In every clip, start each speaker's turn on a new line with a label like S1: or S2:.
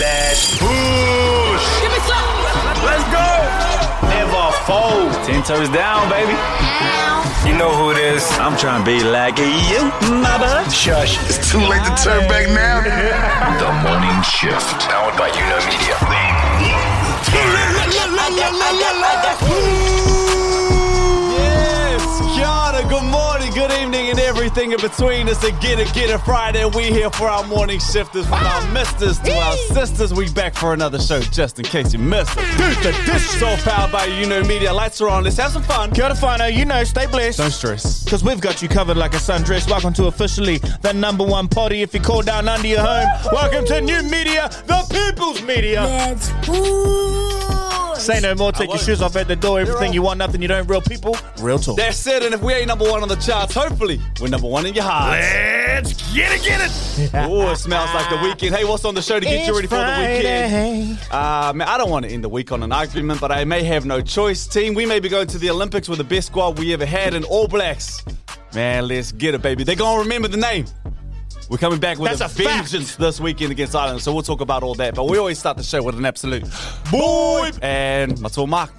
S1: Let's push. Give me some. Let's go. Never fold. Ten toes down, baby. You know who it is. I'm trying to be like you, mama. Shush.
S2: It's too late to turn back now.
S3: The Morning Shift, powered by Uno Media.
S4: Yes, Kiana, good morning, good evening, and everything in between. It's a get it, get it Friday. We here for our morning shifters from our misters to our sisters. We back for another show just in case you missed it. Dude, the dish is all powered by Uno Media. Lights are on. Let's have some fun.
S5: Kia ora whanau, you know, stay blessed.
S4: Don't stress.
S5: Because we've got you covered like a sundress. Welcome to officially the number one party if you call down under your home. Welcome to new media, the people's media.
S6: Let's push.
S5: Say no more, take your
S4: won't.
S5: shoes off at the door. Everything you want, nothing you don't, real people, real talk.
S4: That's it. And if we ain't number one on the charts, hopefully we're number one in your heart.
S1: Let's get it, get it.
S4: Oh, it smells like the weekend. Hey, what's on the show to get you ready for the weekend? Uh, man, I don't want to end the week on an argument, but I may have no choice. Team, we may be going to the Olympics with the best squad we ever had in All Blacks. Man, let's get it, baby. They're going to remember the name. We're coming back with
S5: That's
S4: a,
S5: a fact.
S4: vengeance this weekend against Ireland, so we'll talk about all that. But we always start the show with an absolute boy. And that's all, Mark.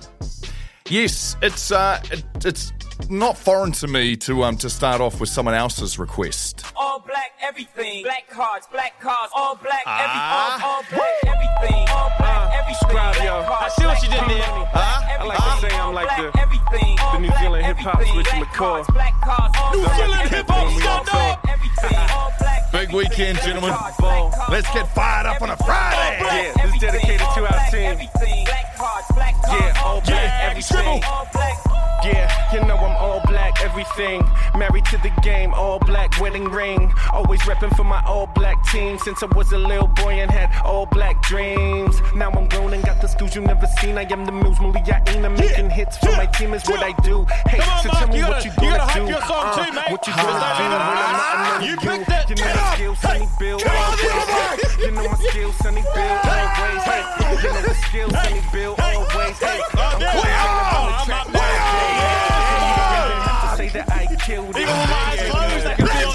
S3: Yes, it's uh, it, it's not foreign to me to um to start off with someone else's request.
S7: all black everything. Black cards, black cars, all black
S3: Ah.
S7: everything. All, all black everything. All black everything.
S8: Scribe,
S7: Black
S8: yo.
S7: cards,
S8: I see what
S7: black
S8: you did there.
S7: cars,
S3: Huh?
S7: black
S8: I like to
S7: everything.
S8: say I'm
S7: All
S8: like
S7: black
S8: the-
S7: everything. All
S8: the New
S7: black
S8: Zealand hip hop
S7: everything.
S8: Switch
S7: Black
S8: McCoy.
S7: cards, Black cars, all
S8: New
S7: black
S8: Zealand hip hop
S7: everything.
S8: stand
S7: All black
S8: up.
S7: everything. All black
S3: Big
S7: everything.
S3: weekend,
S7: Black
S3: gentlemen.
S7: cards, black cars,
S3: Let's get
S7: all
S3: fired
S7: black
S3: up on a
S7: everything.
S3: Friday.
S7: All black
S8: Yeah, this is
S7: everything.
S8: dedicated to
S7: All
S8: our
S7: black
S8: team.
S7: everything. Black cards, black cars,
S8: Yeah, all black
S7: everything.
S8: everything.
S7: All black.
S8: Yeah, you know I'm all black, everything. Married to the game, all black wedding ring. Always repping for my all black team since I was a little boy and had all black dreams. Now I'm grown and got the skills you never seen. I am the Muse Muliaina, making hits for my team is what I do. Hey,
S5: Come on,
S8: so
S5: Mark,
S8: tell me
S5: you
S8: what
S5: gotta-
S8: you
S5: you
S8: gonna
S5: gotta hype
S8: do.
S5: your song
S8: uh,
S5: too, mate.
S8: What you gonna
S5: Ah.
S8: do when I'm not in
S5: You
S8: the
S5: picked that.
S8: You know
S5: Get
S8: my
S5: up.
S8: skills,
S5: Hey,
S8: Sunny Bill.
S5: get on the other
S8: always. You know my skills, Sunny Bill. Always. You know the skills, Sunny Bill. Always. I'm
S5: yeah.
S8: cool, I'm
S5: Wow.
S8: on the track.
S5: I'm up there.
S8: Yeah, yeah, yeah. Have to say that I killed it.
S5: Even with my eyes closed, I can feel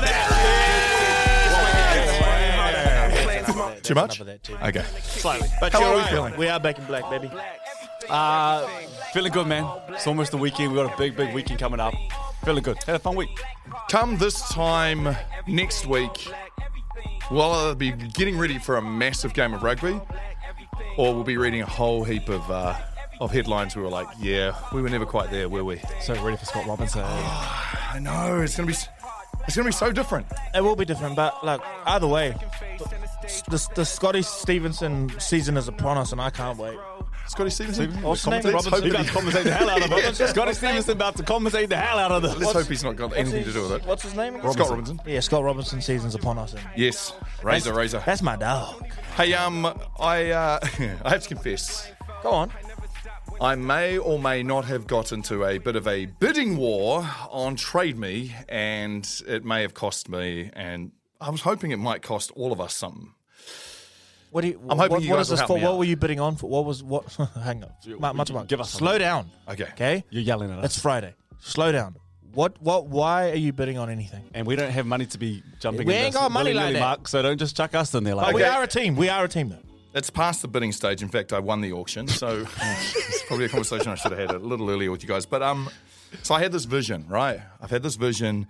S5: that.
S3: Too much. Okay.
S5: Slightly. But
S3: How
S5: you're
S3: are we
S5: right.
S3: feeling?
S5: We are back in black, baby.
S4: Uh, feeling good, man. It's almost the weekend. We've got a big, big weekend coming up. Feeling good. Had a fun week.
S3: Come this time next week, well, I'll be getting ready for a massive game of rugby, or we'll be reading a whole heap of uh, of headlines. We were like, yeah, we were never quite there, were we?
S4: So ready for Scott Robinson.
S3: I know it's gonna be s- it's gonna be so different.
S5: It will be different, but like either way, the, the Scotty Stevenson season is upon us, and I can't wait.
S3: Scotty Stevenson.
S5: What's his name?
S3: Let's hope
S4: Robinson about
S3: that
S4: to
S3: he-
S4: compensate the hell out of him. Scotty Stevenson about to compensate the hell out of them.
S3: Let's hope he's not got anything to do with it.
S5: What's his name?
S3: Scott Robinson.
S5: Yeah, Scott Robinson season's upon us. and
S3: Yes, razor, razor.
S5: That's my dog.
S3: Hey, um, I uh, I have to confess,
S5: Go on.
S3: I may or may not have got into a bit of a bidding war on Trade Me, and it may have cost me, and I was hoping it might cost all of us something.
S5: What do you?
S3: I'm
S5: what,
S3: hoping you
S5: what
S3: guys
S5: is this
S3: will help
S5: for?
S3: me
S5: What
S3: out.
S5: were you bidding on for? What was what? Hang on. Ma- much about.
S4: give us
S5: Slow down.
S3: Okay.
S5: Okay.
S4: You're yelling at us.
S5: It's Friday. Slow down. What? What? Why are you bidding on anything?
S4: And we don't have money to be jumping
S5: We
S4: in
S5: ain't
S4: this
S5: got money
S4: willy-nilly,
S5: like that.
S4: Mark, so don't just chuck us in there
S3: Okay.
S4: like
S5: Oh, We are a team. We are a team, though.
S3: It's past the bidding stage. In fact, I won the auction, so it's probably a conversation I should have had a little earlier with you guys. But um, so I had this vision, right? I've had this vision,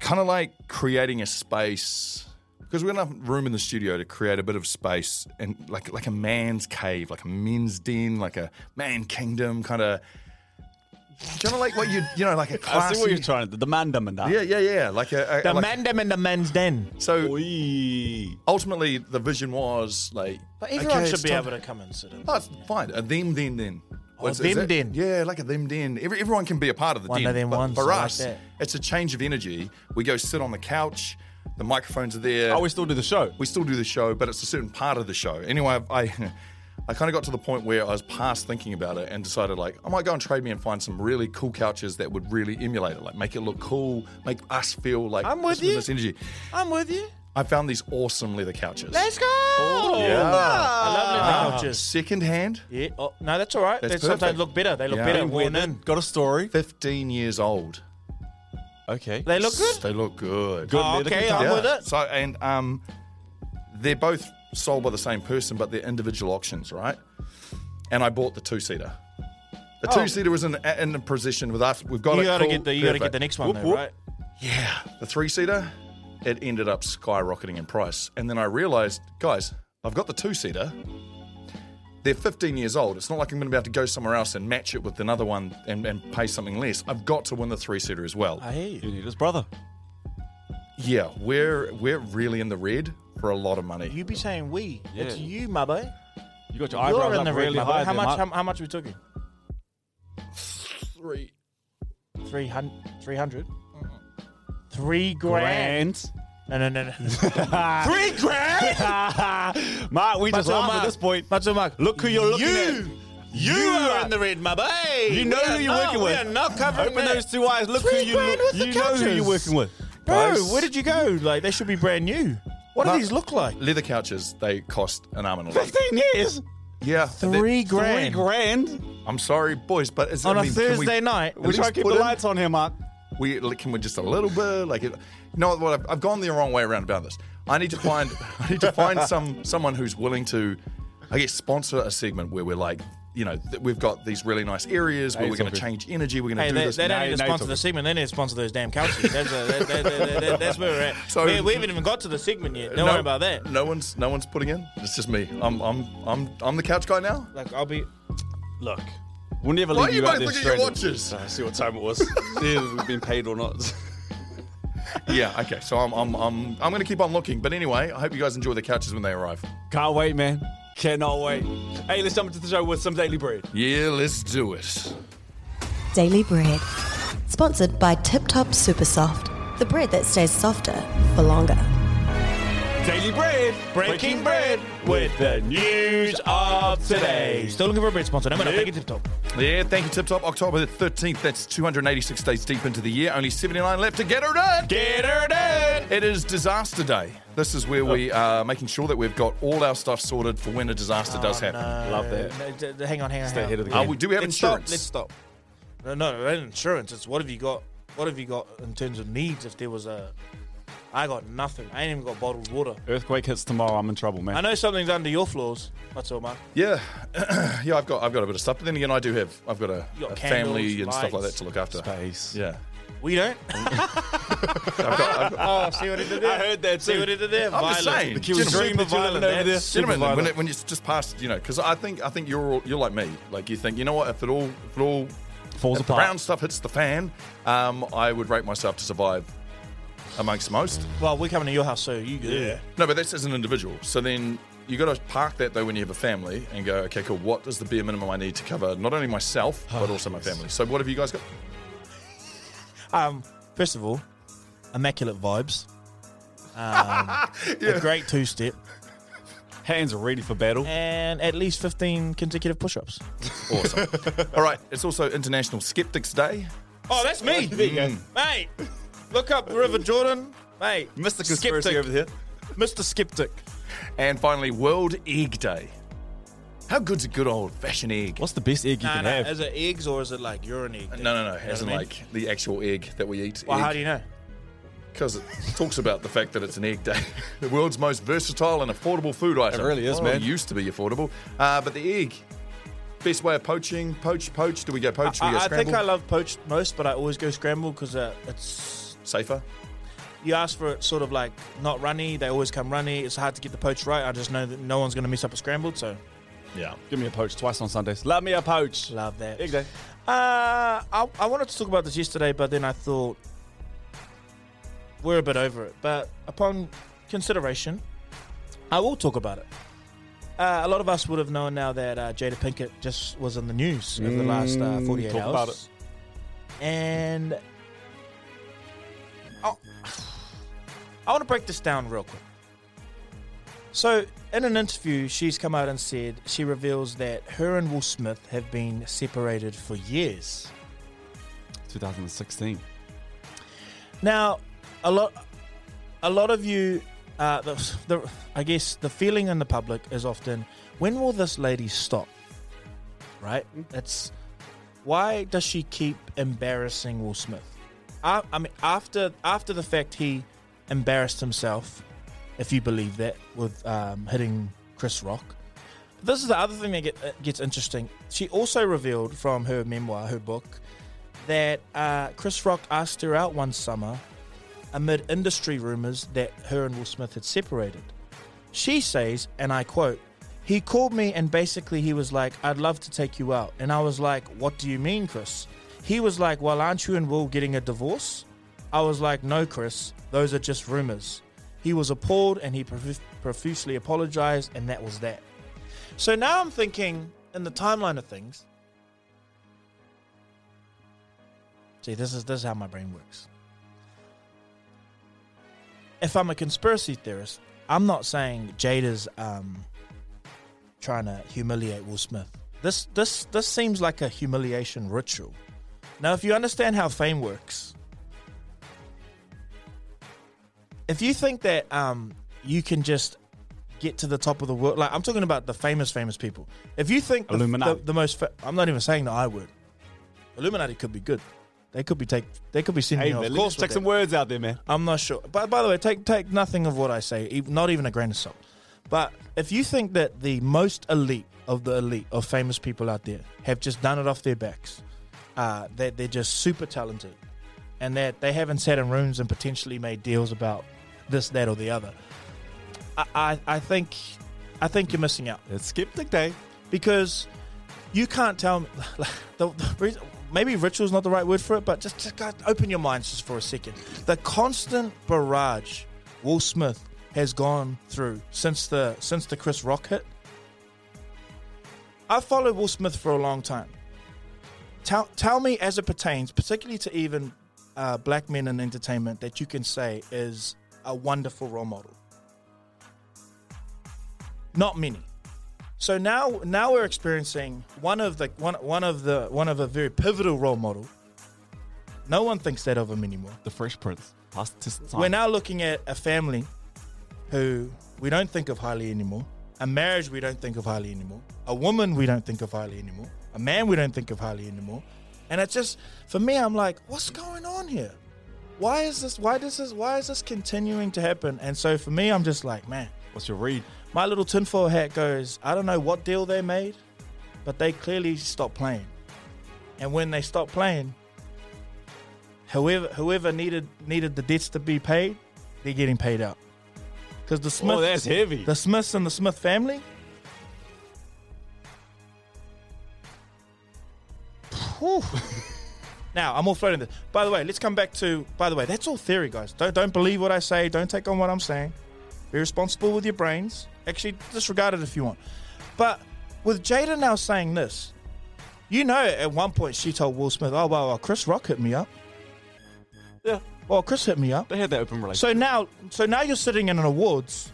S3: kind of like creating a space because we have enough room in the studio to create a bit of space and like like a man's cave, like a men's den, like a man kingdom, kind of. Kind of like what you you know, like a
S4: I
S3: classy.
S4: see what you're trying to demand them and that.
S3: Yeah, yeah, yeah. Like a, a
S5: The
S3: like-
S5: man them and the man's den.
S3: So
S4: Wee.
S3: ultimately, the vision was like.
S5: But everyone
S3: okay,
S5: should
S3: it's
S5: be
S3: time-
S5: able to come and sit in.
S3: Oh, it's fine. A them then then.
S5: Oh, them then.
S3: Yeah, like a them then. Every, everyone can be a part of the
S5: One
S3: den.
S5: of them
S3: but
S5: ones,
S3: For
S5: I like
S3: us,
S5: that.
S3: it's a change of energy. We go sit on the couch. The microphones are there.
S4: Oh, we still do the show.
S3: we still do the show, but it's a certain part of the show. Anyway, I, I, I kind of got to the point where I was past thinking about it and decided like I might go and trade me and find some really cool couches that would really emulate it, like make it look cool, make us feel like
S5: I'm with
S3: this,
S5: you.
S3: this energy.
S5: I'm with you.
S3: I found these awesome leather couches. Ah,
S5: Let's go.
S3: yeah.
S5: I love leather couches.
S3: Second hand.
S5: Yeah. Oh, no, that's all right.
S3: That's
S5: they sometimes
S3: perfect.
S5: look better. They look
S3: Yeah.
S5: better
S3: Been
S5: worn in.
S4: Got a story.
S3: 15 years old.
S4: Okay.
S5: They look good.
S3: They look good.
S4: Good
S5: Oh,
S4: leather
S5: okay,
S4: guitar.
S5: I'm
S3: Yeah.
S5: with it.
S3: So and um, they're both sold by the same person, but they're individual auctions, right? And I bought the two seater. The two seater was in, in the position with after we've got
S5: Oh. You
S3: it.
S5: gotta
S3: cool,
S5: get the you gotta get
S3: perfect.
S5: the next one
S4: Whoop,
S5: though,
S4: whoop.
S5: right?
S3: Yeah, the three seater, it ended up skyrocketing in price. And then I realized, guys, I've got the two seater. They're 15 years old. It's not like I'm going to be able to go somewhere else and match it with another one and, and pay something less. I've got to win the three seater as well.
S5: I hear you.
S4: You need his brother.
S3: yeah, we're we're really in the red for a lot of money.
S5: You be saying we. It's
S4: Yeah.
S5: you, my boy.
S4: You got your
S5: You're
S4: eyebrows
S5: in
S4: up
S5: the red,
S4: really
S5: my
S4: high.
S5: boy. How
S4: there,
S5: much?
S4: Mark.
S5: How, how much are we talking?
S3: Three.
S5: 300? 300? Three grand.
S4: Grand.
S5: No, no, no, no. Three grand?
S4: Mark, we just
S5: Macho
S4: laugh at
S5: Mark.
S4: this point.
S5: Macho Mark,
S4: Look who you're looking
S5: you, You,
S4: You
S5: are
S4: are-
S5: in the red, my boy.
S4: You know
S5: We
S4: who
S5: are
S4: you're
S5: not-
S4: working
S5: We
S4: with.
S5: are not covering
S4: at. Open
S5: that.
S4: those two eyes. Look
S5: Three
S4: who you
S5: grand
S4: look.
S5: worth of
S4: You know who
S5: couches.
S4: you're working with.
S5: Bro,
S3: Guys.
S5: where did you go? Like, they should be brand new. What do
S3: Mark-
S5: these look like?
S3: Leather couches, they cost an arm and a leg.
S4: 15 years.
S3: Yeah.
S4: Three
S5: Three grand.
S4: grand.
S3: I'm sorry, boys, but is
S5: On
S3: I
S5: a
S3: mean, can we-
S5: Thursday night.
S3: at
S4: We
S3: least
S4: try to keep
S3: put
S4: the
S3: in-
S4: lights on here, Mark.
S3: we like, can we just a little bit like it, you know what I've, I've gone the wrong way around about this i need to find i need to find some someone who's willing to i guess sponsor a segment where we're like you know th- we've got these really nice areas where
S4: Hey,
S3: we're going to
S4: Sophie.
S3: change energy we're going to
S5: Hey,
S3: do
S5: they,
S3: this
S5: they don't
S4: now-
S5: need to
S4: now you're
S5: sponsor
S4: talking.
S5: the segment. They need to sponsor those damn couches. That's, a, that, that, that, that, that's where we're at.
S3: So-
S5: we, we haven't even got to the segment yet. Don't
S3: No-
S5: worry about that.
S3: no one's no one's putting in it's just me i'm i'm i'm, I'm the couch guy now
S5: Like, I'll be. Look.
S4: We'll never
S3: why
S4: leave
S3: are
S4: you,
S3: you both
S4: out there
S3: looking at your
S4: stranded.
S3: watches
S4: I see what time it was. See if we've been paid or not.
S3: Uh, yeah okay so i'm i'm i'm, I'm going to keep on looking but anyway i hope you guys enjoy the couches when they arrive
S4: Can't wait, man. Cannot wait. Hey, let's jump into the show with some daily bread.
S3: yeah let's do it
S9: Daily Bread. Sponsored by Tip Top Super Soft, the bread that stays softer for longer.
S4: Daily bread.
S5: Breaking bread with the news of today. Still looking for a bread sponsor. I'm going to
S4: Yep.
S5: make it tip top.
S3: Yeah, thank you, Tip Top. October the 13th, that's 286 days deep into the year. Only 79 left to get her done.
S4: Get her dead.
S3: It is Disaster Day. This is where we are making sure that we've got all our stuff sorted for when a disaster does happen.
S4: Love that.
S5: Oh, No, d- d- hang on, hang on.
S4: Stay
S5: hang
S4: ahead
S5: on.
S4: of the
S3: Uh,
S4: game.
S3: we do have
S5: Let's
S3: insurance.
S5: Stop. Let's stop. No, no, not insurance. It's what have you got? What have you got in terms of needs? If there was a, I got nothing. I ain't even got bottled water.
S4: Earthquake hits tomorrow. I'm in trouble, man.
S5: I know something's under your floors. That's all, man.
S3: Yeah, yeah, I've got I've got a bit of stuff. But then again, I do have I've got a,
S5: You got
S3: a
S5: candles,
S3: family and stuff like
S5: lights,
S3: that to look after.
S4: Space.
S3: Yeah,
S5: We don't. oh, see what it did there.
S4: I heard that
S5: See
S4: too.
S5: what it did there.
S3: I'm just
S5: Violent.
S3: saying.
S5: The
S3: Kiwi
S5: Super
S4: dream that you
S5: violent.
S4: live over
S5: That's
S4: there.
S5: super
S3: gentlemen, when,
S5: violent.
S3: it, when it's just past, you know, because I think I think you're all, you're like me. Like you think, you know what? If it all if it all
S4: Falls
S3: if the brown stuff hits the fan, um, I would rate myself to survive amongst most.
S5: well, we're coming to your house, so you good. Yeah.
S3: No, but that's as an individual. So then you got to park that though when you have a family and go, okay, cool. What is the bare minimum I need to cover not only myself but also my family? So what have you guys got?
S5: Um, first of all, immaculate vibes. Um, A great two step.
S4: Hands are ready for battle.
S5: And at least 15 consecutive push ups.
S3: Awesome. All right, it's also International Skeptics Day.
S5: Oh, that's me. Mate, look up River Jordan. Mate,
S4: Mr. Conspiracy
S5: Skeptic.
S4: over here.
S5: Mr. Skeptic.
S3: And finally, World Egg Day. How good's a good old fashioned egg?
S4: What's the best egg you
S5: Nah,
S4: can
S5: nah,
S4: have?
S5: is it eggs or is it like urine egg?
S3: No, no, no. As in,
S5: what I mean?
S3: like the actual egg that we eat.
S5: Well, how do you know?
S3: Because it talks about the fact that it's an egg day, the world's most versatile and affordable food item.
S4: really is,
S3: Well,
S4: man.
S3: It used to be affordable, uh, but the egg. Best way of poaching, poach, poach. Do we go poach? Do we go
S5: I, I
S3: scramble?
S5: think I love poached most, but I always go scrambled because uh, it's.
S3: Safer.
S5: You ask for it sort of like not runny, they always come runny. It's hard to get the poached right. I just know that no one's going to mess up a scrambled, so
S3: Yeah.
S4: Give me a poach twice on Sundays. Love me a poach.
S5: love that.
S4: Egg day.
S5: Uh, I, I wanted to talk about this yesterday, but then I thought we're a bit over it. But upon consideration, I will talk about it. Uh, a lot of us would have known now that uh, Jada Pinkett just was in the news over the last uh, 48
S4: talk
S5: hours.
S4: about it.
S5: And oh, I want to break this down real quick. So, in an interview, she's come out and said she reveals that her and Will Smith have been separated for years.
S4: 2016.
S5: Now, a lot, a lot of you, uh, the, the, I guess the feeling in the public is often, when will this lady stop? Right? It's why does she keep embarrassing Will Smith? I, I mean, after after the fact, he embarrassed himself if you believe that, with um, hitting Chris Rock. This is the other thing that get, uh, gets interesting. She also revealed from her memoir, her book, that uh, Chris Rock asked her out one summer amid industry rumors that her and Will Smith had separated. She says, and I quote, he called me and basically he was like, I'd love to take you out. And I was like, What do you mean, Chris? He was like, Well, aren't you and Will getting a divorce? I was like, No, Chris, those are just rumors. He was appalled and he profu- profusely apologized, and that was that. So now I'm thinking, in the timeline of things, see, this is, this is how my brain works if I'm a conspiracy theorist, I'm not saying Jada's um, trying to humiliate Will Smith. This this this seems like a humiliation ritual. Now, if you understand how fame works, if you think that um, you can just get to the top of the world, like I'm talking about the famous famous people. If you think the,
S4: Illuminati.
S5: the, the most, fa- I'm not even saying the I word. Illuminati could be good. They could be take. They could be sending.
S4: Hey,
S5: you off
S4: man,
S5: course
S4: let's
S5: with
S4: check
S5: that.
S4: some words out there, man.
S5: I'm not sure. But by the way, take take nothing of what I say, ev- not even a grain of salt. But if you think that the most elite of the elite of famous people out there have just done it off their backs, uh, that they're just super talented, and that they haven't sat in rooms and potentially made deals about this, that, or the other, I I, I think I think you're missing out
S4: It's skeptic day.
S5: because you can't tell me like, the, the reason, maybe ritual's not the right word for it but just, just guys, open your minds just for a second the constant barrage will smith has gone through since the since the chris rock hit i followed will smith for a long time tell, tell me as it pertains particularly to even uh, black men in entertainment that you can say is a wonderful role model not many so now, now we're experiencing one of the one one of the one of a very pivotal role model. No one thinks that of him anymore.
S4: The Fresh Prince. Past his time.
S5: We're now looking at a family who we don't think of highly anymore. A marriage we don't think of highly anymore. A woman we don't think of highly anymore. A man we don't think of highly anymore. And it's just for me, I'm like, what's going on here? Why is this? Why does this? Why is this continuing to happen? And so for me, I'm just like, man,
S4: What's your read?
S5: my little tinfoil hat goes, I don't know what deal they made, but they clearly stopped playing. And when they stopped playing, whoever whoever needed needed the debts to be paid, they're getting paid out. Because the Smiths,
S4: oh, that's heavy.
S5: the Smiths and the Smith family, Whew. now I'm all floating this. By the way, let's come back to. By the way, that's all theory, guys. Don't don't believe what I say. Don't take on what I'm saying. Be responsible with your brains. Actually, disregard it if you want. But with Jada now saying this, you know, at one point she told Will Smith, "Oh well, well, Chris Rock hit me up.
S4: yeah.
S5: Well, Chris hit me up.
S4: They had that open relationship.
S5: So now, so now you're sitting in an awards,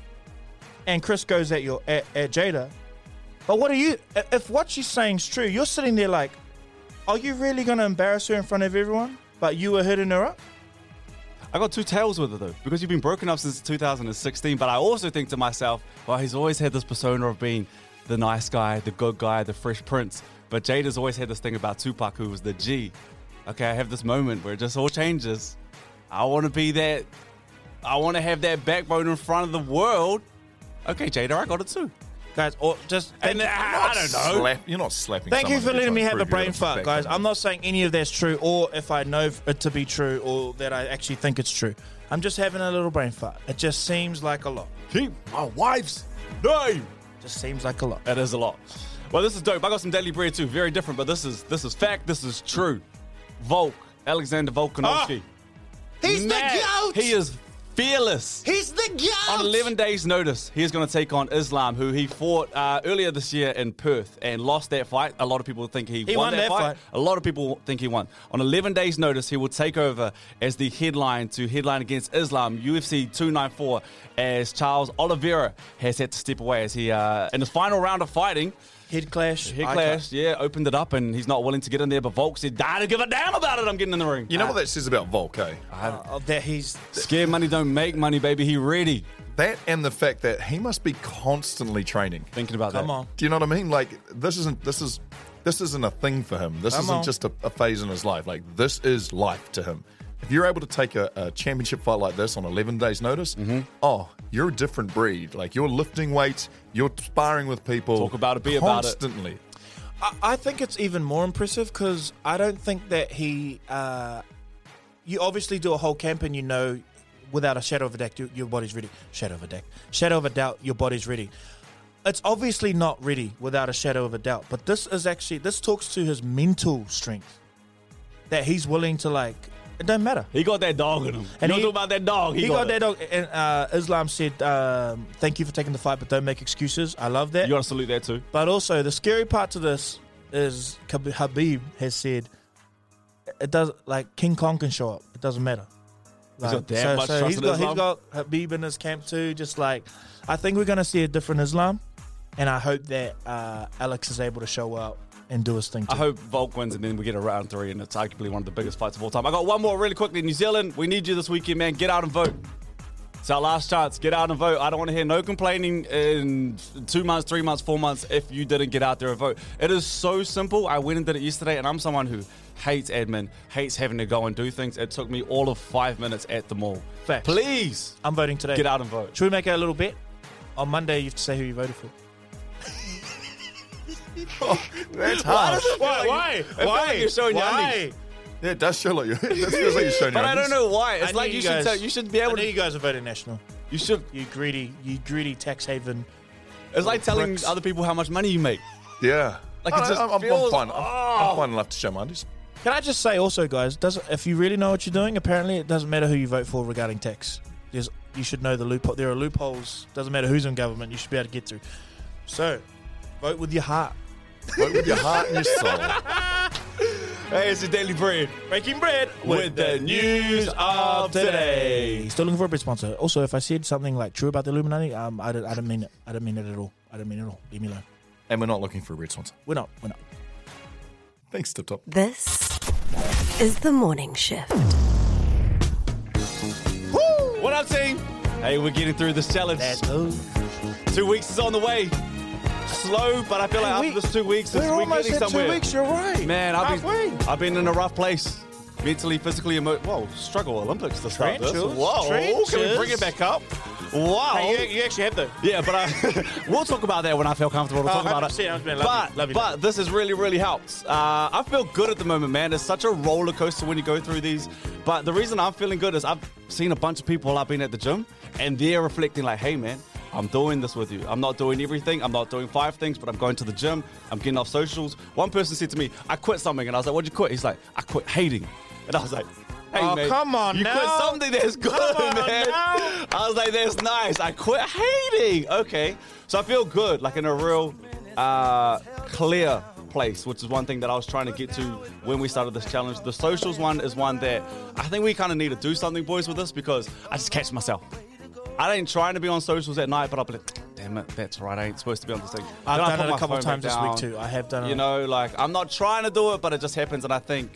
S5: and Chris goes at your at, at Jada. But what are you? If what she's saying's true, you're sitting there like, are you really going to embarrass her in front of everyone? But you were hitting her up.
S4: I got two tails with it though, because you've been broken up since 2016. But I also think to myself, well, he's always had this persona of being the nice guy, the good guy, the fresh prince. But Jada's always had this thing about Tupac, who was the G. Okay, I have this moment where it just all changes. I want to be that. I want to have that backbone in front of the world. Okay, Jada, I got it too.
S5: Guys, or just
S4: And I, I don't know.
S3: Slap, you're not slapping.
S5: Thank you
S3: someone
S5: for
S3: if you're
S5: letting me
S3: trying
S5: have
S3: to
S5: a
S3: prove eh?
S5: brain
S3: you're
S5: fart,
S3: back
S5: guys.
S3: on
S5: I'm not saying any of that's true, or if I know it to be true, or that I actually think it's true. I'm just having a little brain fart. It just seems like a lot.
S4: Keep my wife's name.
S5: Just seems like a lot.
S4: That is a lot. Well, this is dope. I got some daily bread too. Very different, but this is this is fact. This is true. Volk, Alexander Volkanovski.
S5: Ah! He's
S4: Mad.
S5: the goat.
S4: He is fearless.
S5: He's the goat.
S4: on 11 days' notice, he is going to take on Islam, who he fought uh, earlier this year in Perth and lost that fight. A lot of people think he,
S5: He
S4: won,
S5: won
S4: that,
S5: that
S4: fight.
S5: fight.
S4: A lot of people think he won. On 11 days' notice, he will take over as the headline to headline against Islam, UFC 294, as Charles Oliveira has had to step away as he, uh, in the final round of fighting,
S5: Head clash.
S4: he
S5: eye
S4: clashed, yeah, opened it up, and he's not willing to get in there. But Volk said, I don't give a damn about it. I'm getting in the ring.
S3: You know what that says about Volk, eh?
S5: clash. Oh, that he's.
S4: Scared money don't make money, baby. He ready.
S3: That and the fact that he must be constantly training.
S4: Thinking about that.
S5: Come on.
S3: Do you know what I mean? Like this isn't this is this isn't a thing for him. This
S5: Come
S3: isn't
S5: on.
S3: just a, a phase in his life. Like this is life to him. if you're able to take a, a championship fight like this on 11 days' notice,
S4: Mm-hmm.
S3: oh, you're a different breed. Like you're lifting weights, you're sparring with people.
S4: Talk about it, be about it.
S3: Constantly.
S5: I, I think it's even more impressive because I don't think that he. Uh, you obviously do a whole camp and you know, without a shadow of a doubt, your, your body's ready. Shadow of a doubt. Shadow of a doubt, your body's ready. It's obviously not ready without a shadow of a doubt, but this is actually this talks to his mental strength that he's willing to like. It don't matter.
S4: He got that dog in him.
S5: And
S4: you
S5: he-
S4: know about that dog. He,
S5: He got
S4: it.
S5: that dog, and uh, Islam said, um, "Thank you for taking the fight, but don't make excuses." I love that.
S4: You gotta salute that too.
S5: But also, the scary part to this is Kab- Habib has said it does like King Kong can show up. It doesn't matter. Like,
S4: got that much trust
S5: he's
S4: in
S5: got,
S4: Islam?
S5: he's got Habib in his camp too. Just like I think we're gonna see a different Islam, and I hope that uh, Alex is able to show up and do his thing. Too.
S4: I hope Volk wins and then we get a round three and it's arguably one of the biggest fights of all time. I got one more really quickly. New Zealand, we need you this weekend, man. Get out and vote. It's our last chance. Get out and vote. I don't want to hear no complaining in two months, three months, four months if you didn't get out there and vote. It is so simple. I went and did it yesterday, and I'm someone who hates admin, hates having to go and do things. It took me all of five minutes at the mall.
S5: Facts.
S4: Please
S5: I'm voting today.
S4: get out and vote.
S5: Should we make a little bet? On Monday, you have to say who you voted for.
S3: That's
S4: Oh,
S3: hard.
S4: I
S5: Why? Why?
S4: feel like you're showing your undies.
S3: Yeah, it does show like you. That feels like you're showing
S4: But
S3: your
S4: I don't
S3: undies.
S4: know why.
S5: I
S4: It's
S5: knew
S4: like you
S5: guys-
S4: should tell, you should be
S5: I
S4: able
S5: knew
S4: to.
S5: you guys are voting national.
S4: You should.
S5: You greedy, you greedy tax haven.
S4: It's like telling
S5: Bricks.
S4: other people how much money you make.
S3: Yeah.
S4: Like,
S3: I
S4: it
S3: don't-
S4: just
S3: I'm, I'm
S4: feels-
S3: fine. I'm, I'm
S4: Oh.
S3: fine enough to show my undies.
S5: Can I just say also, guys? Doesn't if you really know what you're doing, apparently it doesn't matter who you vote for regarding tax. There's you should know the loophole. There are loopholes. Doesn't matter who's in government. You should be able to get through. So, vote with your heart.
S3: Vote with your heart and your soul.
S4: Hey, it's the Daily Bread.
S5: Breaking bread
S4: With the news of today.
S5: Still looking for a bread sponsor. Also, if I said something like true about the Illuminati, um, I didn't, I didn't mean it. I didn't mean it at all. I didn't mean it at all. Leave me alone.
S3: And we're not looking for a red sponsor.
S5: We're not. We're not.
S3: Thanks, Tip Top.
S6: This is the morning shift.
S4: What up, team? Hey, we're getting through this challenge.
S5: Let's go.
S4: Two weeks is on the way. Slow, but I feel like after this two weeks, it's- we're, getting somewhere.
S5: You're right,
S4: Man, I've
S5: Halfway.
S4: been, I've been in a rough place. Mentally, physically, emo- Whoa, struggle Olympics to start this.
S5: Trenches,
S4: Whoa, can we bring
S5: trenches.
S4: it back up? Wow.
S5: you, you actually have though.
S4: Yeah, but I, we'll talk about that when I feel comfortable to
S5: Oh,
S4: talk about it.
S5: 100%, 100%, love
S4: but
S5: you, love
S4: but
S5: you, love you.
S4: this has really really helped. Uh, I feel good at the moment, man. It's such a roller coaster when you go through these. But the reason I'm feeling good is I've seen a bunch of people I've been at the gym, and they're reflecting like, "Hey, man, I'm doing this with you. I'm not doing everything. I'm not doing five things, but I'm going to the gym. I'm getting off socials." One person said to me, "I quit something," and I was like, "What'd you quit?" He's like, "I quit hating," and I was like. Hey,
S5: Oh,
S4: man,
S5: come on
S4: You quit
S5: now.
S4: something that's good,
S5: on
S4: man.
S5: now.
S4: I was like, that's nice. I quit hating. Okay. So I feel good, like in a real uh, clear place, which is one thing that I was trying to get to when we started this challenge. The socials one is one that I think we kind of need to do something, boys, with this because I just catch myself. I ain't trying to be on socials at night, but I'll be like, damn it, that's right. I ain't supposed to be on this thing.
S5: I've
S4: Then I
S5: done
S4: put
S5: it a
S4: my
S5: couple
S4: phone
S5: times
S4: back
S5: this week
S4: down.
S5: too. I have done it.
S4: You know, like I'm not trying to do it, but it just happens, and I think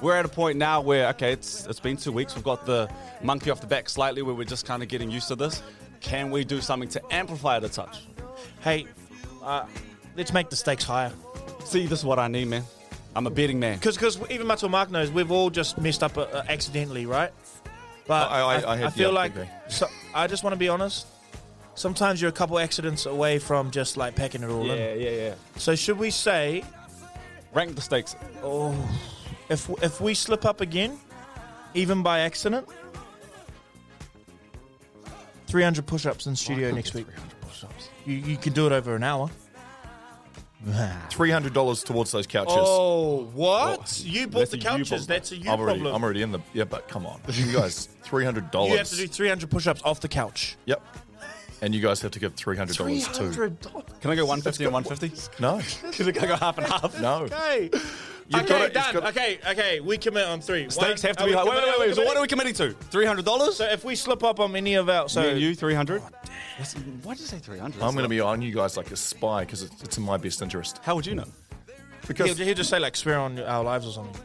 S4: we're at a point now where okay, it's it's been two weeks. We've got the monkey off the back slightly, where we're just kind of getting used to this. Can we do something to amplify the touch?
S5: Hey, uh, let's make the stakes higher.
S4: See, this is what I need, man. I'm a betting man.
S5: Because even Matul Mark knows we've all just messed up uh, uh, accidentally, right? But
S3: I-
S5: I,
S3: I-
S5: I,
S3: I had-
S5: feel
S3: yeah,
S5: like
S3: okay.
S5: so, I just want to be honest. Sometimes you're a couple accidents away from just like packing it all
S4: Yeah,
S5: in.
S4: yeah, yeah.
S5: So should we say
S4: Rank the stakes.
S5: if if we slip up again, even by accident, 300 push-ups in studio next week. You, you can do it over an hour.
S3: $300 towards those couches.
S5: Oh, what? you bought
S4: that's
S5: the
S4: a you
S5: couches.
S4: problem.
S5: That's a you
S3: I'm already,
S5: problem.
S3: I'm already in the. Yeah, but come on. You guys, $300.
S5: you have to do 300 push-ups off the couch.
S3: Yep. And you guys have to give $300, too.
S4: Can I go 150 and 150?
S3: No.
S4: Can I go half and half?
S3: No.
S5: Okay.
S3: You've
S5: okay,
S3: got it,
S5: done.
S3: it's got-
S5: okay, okay. We commit on three.
S4: Stakes
S5: One-
S4: have to
S5: are
S4: be
S5: we
S4: high. Wait,
S5: committing?
S4: wait, wait. So what are we
S5: committing?
S4: committing to? $300?
S5: So if we slip up on any of our, so
S4: Me and you, 300? That's- Why did you say 300?
S3: I'm going to be on you guys like a spy because it's, it's in my best interest.
S4: How would you know?
S5: he'll,
S3: Because
S5: he'll just say like swear on our lives or something.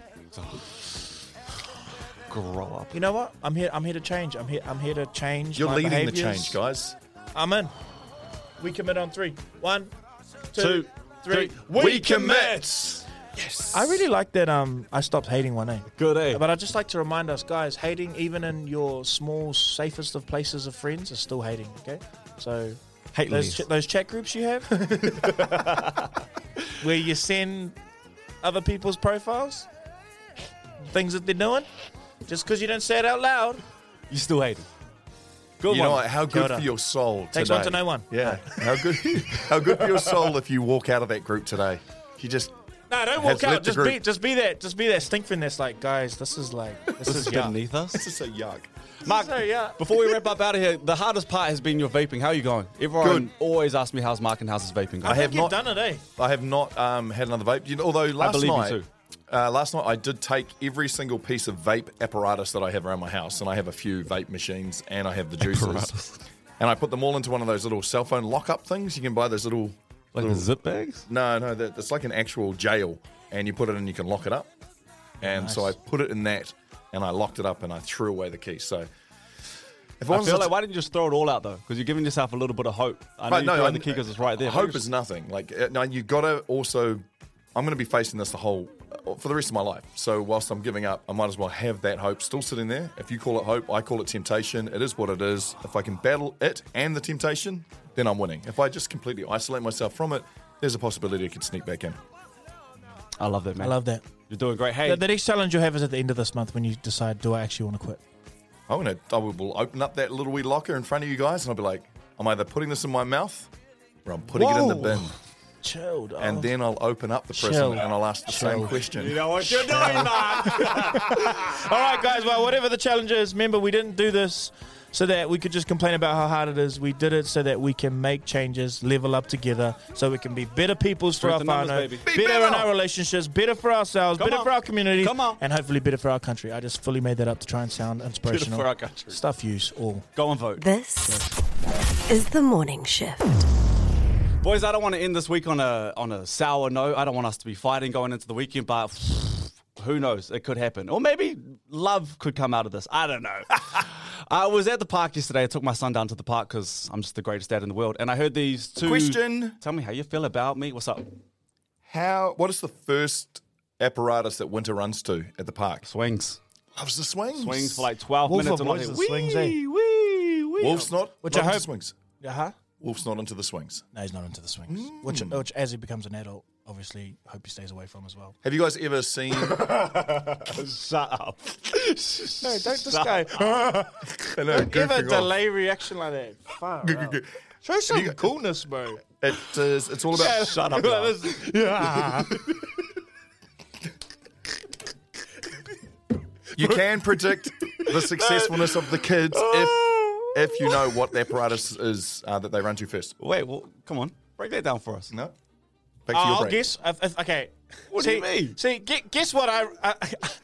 S4: Grow up.
S5: You know what? I'm here. I'm here to change. I'm here. I'm here to change.
S3: you're
S5: my
S3: leading the
S5: behaviors.
S3: change, guys.
S5: I'm in. We commit on three. One, two, three.
S4: Two, three. We commit.
S5: I really like that. Um, I stopped hating one, eh?
S4: Good, eh?
S5: But I just like to remind us, guys, hating even in your small, safest of places of friends is still hating. Okay, so
S10: Hate
S5: those
S10: leaves.
S5: ch- those chat groups you have, where you send other people's profiles, things that they're doing, just because you don't say it out loud.
S4: You still hate it. Good
S3: you
S4: one.
S3: know what? How good
S5: Kia ora.
S3: for your soul
S5: Takes
S3: today.
S5: one to know one.
S3: Yeah. how good how good for your soul if you walk out of that group today. You just
S5: No, don't
S3: Has left
S5: walk out.
S3: the
S5: Just be,
S3: group.
S5: just be that, just be that stink fin that's like, guys, this is like, this,
S4: this is
S5: is young.
S4: beneath us.
S3: just say yuck.
S4: Mark,
S5: So, yeah.
S4: before we wrap up out of here, the hardest part has been your vaping. How are you going? Everyone
S3: Good.
S4: always asks me how's Mark and how's his vaping going.
S3: I have not
S5: You've done it, eh?
S3: I have not um, had another vape. You know, although last
S4: believe you
S3: night,
S4: too.
S3: Uh, last night I did take every single piece of vape apparatus that I have around my house, and I have a few vape machines, and I have the juicers, and I put them all into one of those little cell phone lock-up things. You can buy those little
S10: Like the zip bags?
S3: no, no, that, it's like an actual jail, and you put it in, you can lock it up, and so I put it in that, and I locked it up, and I threw away the key. So. If
S4: I
S3: was
S4: feel
S3: to-
S4: like why didn't you just throw it all out though? Because you're giving yourself a little bit of hope. I know
S3: But
S4: you no, the
S3: I-
S4: key because it's right there.
S3: Hope
S4: Just-
S3: is nothing. Like uh, now, you gotta also. I'm gonna be facing this the whole uh, for the rest of my life. So whilst I'm giving up, I might as well have that hope still sitting there. If you call it hope, I call it temptation. It is what it is. If I can battle it and the temptation, then I'm winning. If I just completely isolate myself from it, there's a possibility I could sneak back in.
S4: I love that, man.
S5: I love that.
S4: You're doing great. Hey,
S5: The, the next challenge you'll have is at the end of this month when you decide, do I actually want to quit?
S3: I'm gonna. I will open up that little wee locker in front of you guys, and I'll be like, I'm either putting this in my mouth, or I'm putting it in the
S5: Whoa.
S3: bin.
S5: Chilled.
S3: And
S5: oh.
S3: then I'll open up the prison
S5: Chill.
S3: and I'll ask the same
S5: Chill.
S3: question.
S4: you know what you're doing, Mark.
S5: All right, guys. Well, whatever the challenge is, remember we didn't do this so that we could just complain about how hard it is. We did it so that we can make changes, level up together, so we can be better peoples for
S4: Strength
S5: our
S4: in numbers,
S5: whānau,
S4: baby.
S5: better, in our relationships, better for ourselves,
S4: Come
S5: better
S4: on.
S5: for our community,
S4: Come on.
S5: and hopefully better for our country. I just fully made that up to try and sound inspirational.
S4: for our country.
S5: Stuff use all.
S4: Go and vote.
S6: This is the morning shift.
S4: Boys, I don't want to end this week on a on a sour note. I don't want us to be fighting going into the weekend, but who knows? It could happen. Or maybe love could come out of this. I don't know. I was at the park yesterday. I took my son down to the park because I'm just the greatest dad in the world. And I heard these two.
S3: Question.
S4: Tell me how you feel about me. What's up?
S3: How? What is the first apparatus that Winter runs to at the park?
S4: Swings.
S3: Loves the swings.
S4: Swings for like 12
S5: Wolf
S4: minutes.
S5: of
S4: and I'm
S5: Loz
S4: like,
S5: is swings, eh?
S4: wee, wee, wee.
S3: Wolf's not.
S5: Which
S3: not
S5: I
S3: into
S5: hope-
S3: swings.
S5: Uh huh.
S3: Wolf's not into the swings.
S5: No, he's not into the swings.
S4: Mm.
S5: Which, which, as he becomes an adult, obviously, hope he stays away from as well.
S3: Have you guys ever seen? I
S4: Shut up.
S5: No, don't this guy.
S4: "Oh,
S3: know,
S5: Give a
S3: goofing off.
S5: delay reaction like that. Fuck. Show some coolness, bro.
S3: It is. It's all about.
S4: Shut up. Lars.
S3: You can predict the successfulness of the kids if if you know what the apparatus is uh, that they run to first.
S4: Wait, well, come on. Break that down for us.
S3: No. Back to
S5: Oh,
S3: your
S5: I'll
S3: brain.
S5: guess. If, if, okay.
S4: What do
S5: see,
S4: you mean?
S5: See, gu- guess what I, I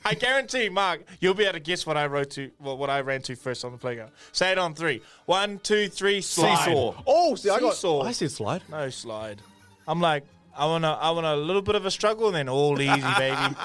S5: I guarantee, Mark, you'll be able to guess what I wrote to, well, what I ran to first on the playground. Say it on three. One, two, three, slide.
S3: Seesaw.
S4: Oh, see, I got.
S5: Seesaw.
S4: I said slide.
S5: No slide. I'm like, I want to, I want a little bit of a struggle, then all easy, baby.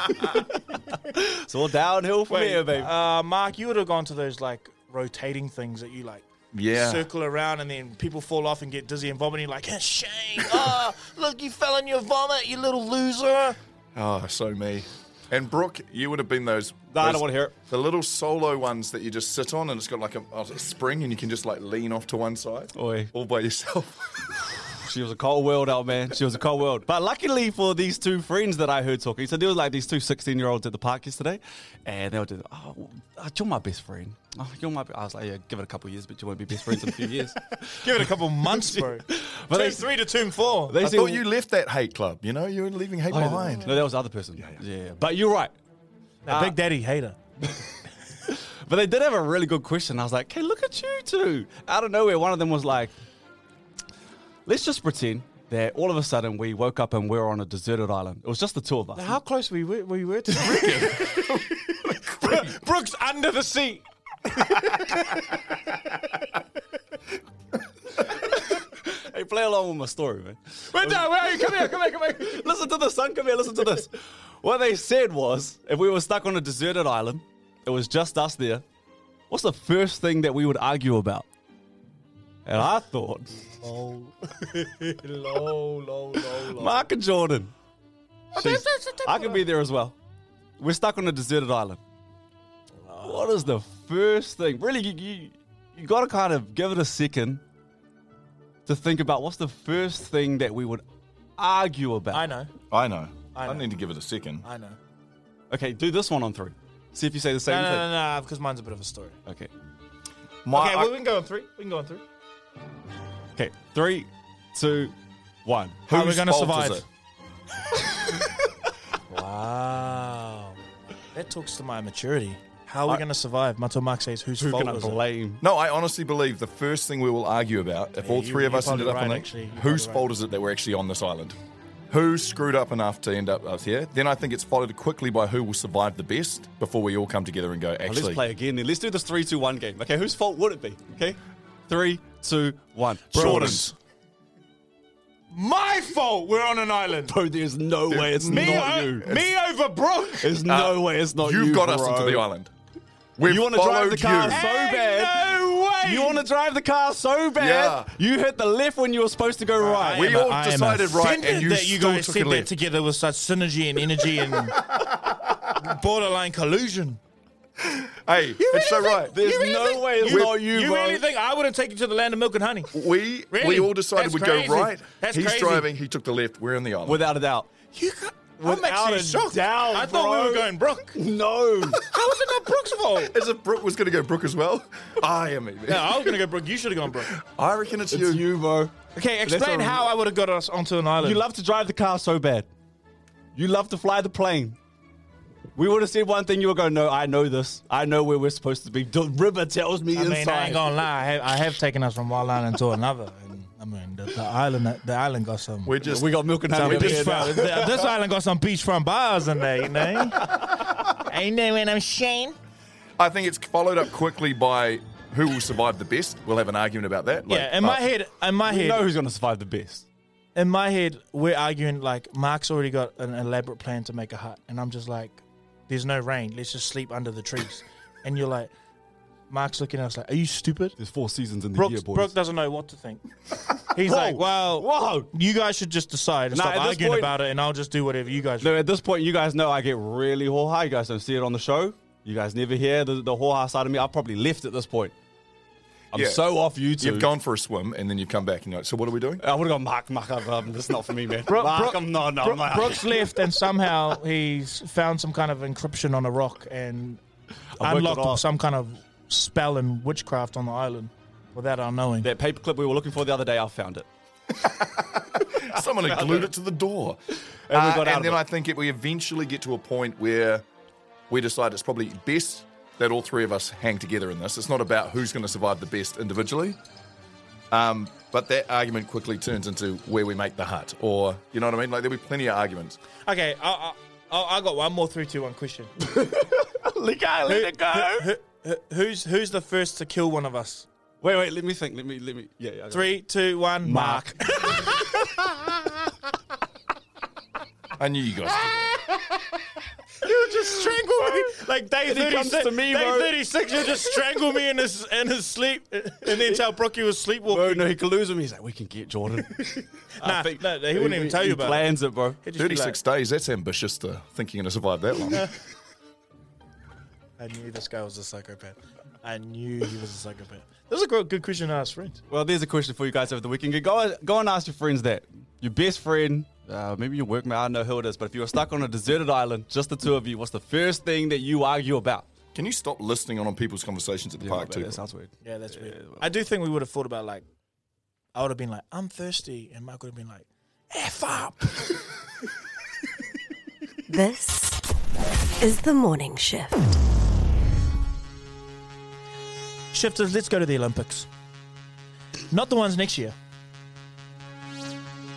S4: It's all downhill from
S5: Wait,
S4: here, baby.
S5: Uh, Mark, you would have gone to those like rotating things that you like.
S3: Yeah.
S5: Circle around and then people fall off and get dizzy and vomiting. Like, "Ah, shame. Oh, look, you fell in your vomit, you little loser.
S3: Oh, so me. And Brooke, you would have been those.
S4: No, I don't
S3: those-
S4: wanna hear it.
S3: The little solo ones that you just sit on, and it's got like a, a spring, and you can just like lean off to one side,
S4: Oi.
S3: all by yourself.
S4: She was a cold world out, man. She was a cold world. But luckily for these two friends that I heard talking, so there was like these two 16 year olds at the park yesterday, and they were just, oh, uh, you're my best friend. Oh, you're my. Be-. I was like, yeah, give it a couple of years, but you won't be best friends in a few years.
S5: Give it a couple months, bro.
S4: But
S5: but
S4: they-
S5: tomb three to tomb four.
S4: They
S3: I
S4: said-
S3: thought you left that hate club. You know, you're leaving hate
S4: Oh, yeah,
S3: behind.
S4: No, that was the other person. Yeah, yeah. But you're right. Uh,
S5: Now, Big Daddy hater.
S4: But they did have a really good question. I was like, hey, look at you two. Out of nowhere, one of them was like, let's just pretend that all of a sudden we woke up and we were on a deserted island. It was just the two of us.
S5: How close we were, we were to Brooks under the seat.
S4: Hey, play along with my story, man.
S5: Wait, no, where are you? Come here, come here, come here.
S4: Listen to this, son. Come here, listen to this. what they said was if we were stuck on a deserted island, it was just us there, what's the first thing that we would argue about? And I thought,
S5: low, low, low, low.
S4: Mark and Jordan, She's- I could be there as well. We're stuck on a deserted island. What is the first thing? Really, you, you, you got to kind of give it a second to think about what's the first thing that we would argue about.
S5: I know.
S3: I know. I,
S5: I know.
S3: need to give it a second.
S5: I know.
S4: Okay, do this one on three. See if you say the same
S5: No, no,
S4: thing.
S5: no, no, because mine's a bit of a story.
S4: Okay.
S3: My,
S5: okay,
S3: I-
S5: well, we can go on three. We can go on three.
S4: Okay. Three, two, one.
S5: How are we
S3: whose
S5: gonna
S3: fault is
S5: survive?
S3: it?
S5: Wow. That talks to my maturity. How are we going to survive? Mato Mark says, whose
S4: Who
S5: fault
S4: can I
S5: was it?
S4: blame?
S3: No, I honestly believe the first thing we will argue about, if
S5: Yeah,
S3: all
S5: you-
S3: three of
S5: you're
S3: us ended
S5: probably
S3: up on
S5: right,
S3: it,
S5: actually. You're
S3: whose
S5: probably
S3: fault is it that we're actually on this island? Who screwed up enough to end up up here? Then I think it's followed quickly by who will survive the best before we all come together and go,
S4: Well, let's
S3: actually,
S4: play again then. Let's do this three, two, one game. Okay, whose fault would it be? Okay. Three, two, one.
S3: Jordan's.
S5: My fault we're on an island.
S4: Bro, there's no way it's
S5: Me,
S4: not
S5: o-
S4: you.
S5: me uh, over Brooke.
S4: There's no way it's not you.
S3: Uh, You've got us
S4: bro.
S3: onto the island. We've
S4: You want to drive the
S3: followed
S4: car
S3: you.
S4: so bad.
S5: No way.
S4: You want to drive the car so bad.
S3: Yeah.
S4: You hit the left when you were supposed to go right.
S3: We all decided right, and you
S5: that you
S3: still
S5: guys
S3: took
S5: said
S3: it
S5: that
S3: left.
S5: together with such synergy and energy and borderline collusion.
S3: Hey, it's so right.
S4: There's no way it's not you,
S5: You
S4: bro.
S5: really think I wouldn't take you to the land of milk and honey?
S3: We
S5: Really?
S3: we all decided
S5: That's
S3: we'd
S5: crazy.
S3: go right.
S5: That's
S3: He's
S5: crazy.
S3: driving. He took the left. We're in the island.
S4: Without a doubt.
S5: You got, I'm
S4: Without
S5: actually
S4: a
S5: shocked.
S4: doubt,
S5: I thought we
S4: bro.
S5: were going Brooke.
S4: No.
S5: How is it not Brooke's fault?
S3: As if Brooke was going to go Brooke as well. I am. Amy.
S5: No, I was going to go Brooke. You should have gone Brooke.
S3: I reckon it's,
S4: it's you, bro.
S5: Okay,
S4: That's
S5: explain
S4: all-
S5: how I would have got us onto an island.
S4: You love to drive the car so bad. You love to fly the plane. We would have said one thing, you would go, no, I know this. I know where we're supposed to be. The river tells me
S5: I mean,
S4: inside.
S5: I ain't gonna lie. I have, I have taken us from one island to another. And, I mean, the, the island, the island got some.
S3: We're just.
S4: we got milk and
S5: some
S4: honey over here now.
S5: beachfront- th- this island got some beachfront bars in there, you know. Ain't no when I'm Shane.
S3: I think it's followed up quickly by who will survive the best. We'll have an argument about that. Like,
S5: Yeah, in my
S3: uh,
S5: head, in my
S4: You know
S5: head,
S4: who's going to survive the best.
S5: in my head, we're arguing like Mark's already got an elaborate plan to make a hut, and I'm just like, "There's no rain. Let's just sleep under the trees." and you're like, Mark's looking at us like, "Are you stupid?"
S4: There's four seasons in the
S5: Brooke,
S4: year, boys.
S5: Brooke doesn't know what to think. He's like, "Well,
S4: Whoa.
S5: You guys should just decide and
S4: Nah,
S5: stop
S4: at this
S5: arguing
S4: point-
S5: about it, and I'll just do whatever you guys.
S4: No, at this point, you guys know I get really hoha. You guys don't see it on the show. You guys never hear the, the hoha side of me. I probably left at this point. I'm
S3: Yeah.
S4: so off YouTube.
S3: You've gone for a swim and then you've come back and you're like, so what are we doing?
S4: I would have gone, Mark, Mark, um, this is not for me, man.
S5: Brooke-
S4: Mark,
S5: Brooke-
S4: I'm, no, no,
S5: Bro-
S4: no.
S5: Brooks left, and somehow he's found some kind of encryption on a rock and
S4: worked it
S5: unlocked
S4: out.
S5: some kind of spell and witchcraft on the island without our knowing.
S4: That paperclip we were looking for the other day, I found it.
S3: Someone had glued it to the door.
S4: And we
S3: Uh,
S4: got out
S3: and
S4: of
S3: then
S4: it.
S3: I think it, we eventually get to a point where we decide it's probably best that all three of us hang together in this. It's not about who's going to survive the best individually. Um, but that argument quickly turns into where we make the hut, or you know what I mean. Like there'll be plenty of arguments.
S5: Okay, I, I, I I got one more three, two, one question.
S4: Let go, let it go.
S5: Who, who, who's who's the first to kill one of us?
S4: Wait, wait, let me think. Let me, let me. Yeah, yeah. I got it.
S5: Three, two, one. Mark.
S4: Mark.
S3: I knew you guys.
S5: you just strangle me. Like day
S4: If he comes
S5: 36,
S4: to me,
S5: day
S4: bro.
S5: 36 you just strangle me in his in his sleep, and then tell Brooke he was sleepwalking.
S4: Bro, no, he colludes with me. He's like, we can get Jordan.
S5: Nah, no, he wouldn't even tell you about it.
S4: plans it, bro.
S5: He'd just be
S3: Thirty-six days. That's ambitious to think you're going to survive that long.
S5: like, I knew this guy was a psychopath. I knew he was a psychopath. This is a good, good question to ask friends.
S4: Well, there's a question for you guys over the weekend. Go, go and ask your friends that. Your best friend, uh, maybe your workmate, I don't know who it is, but if you were stuck on a deserted island, just the two of you, what's the first thing that you argue about?
S3: Can you stop listening on, on people's conversations at the park too?
S4: That sounds weird.
S5: Yeah, that's weird. I do think we would have thought about like, I would have been like, I'm thirsty, and Mike would have been like, F up.
S6: This is the morning shift.
S5: Shifters, let's go to the Olympics. Not the ones next year.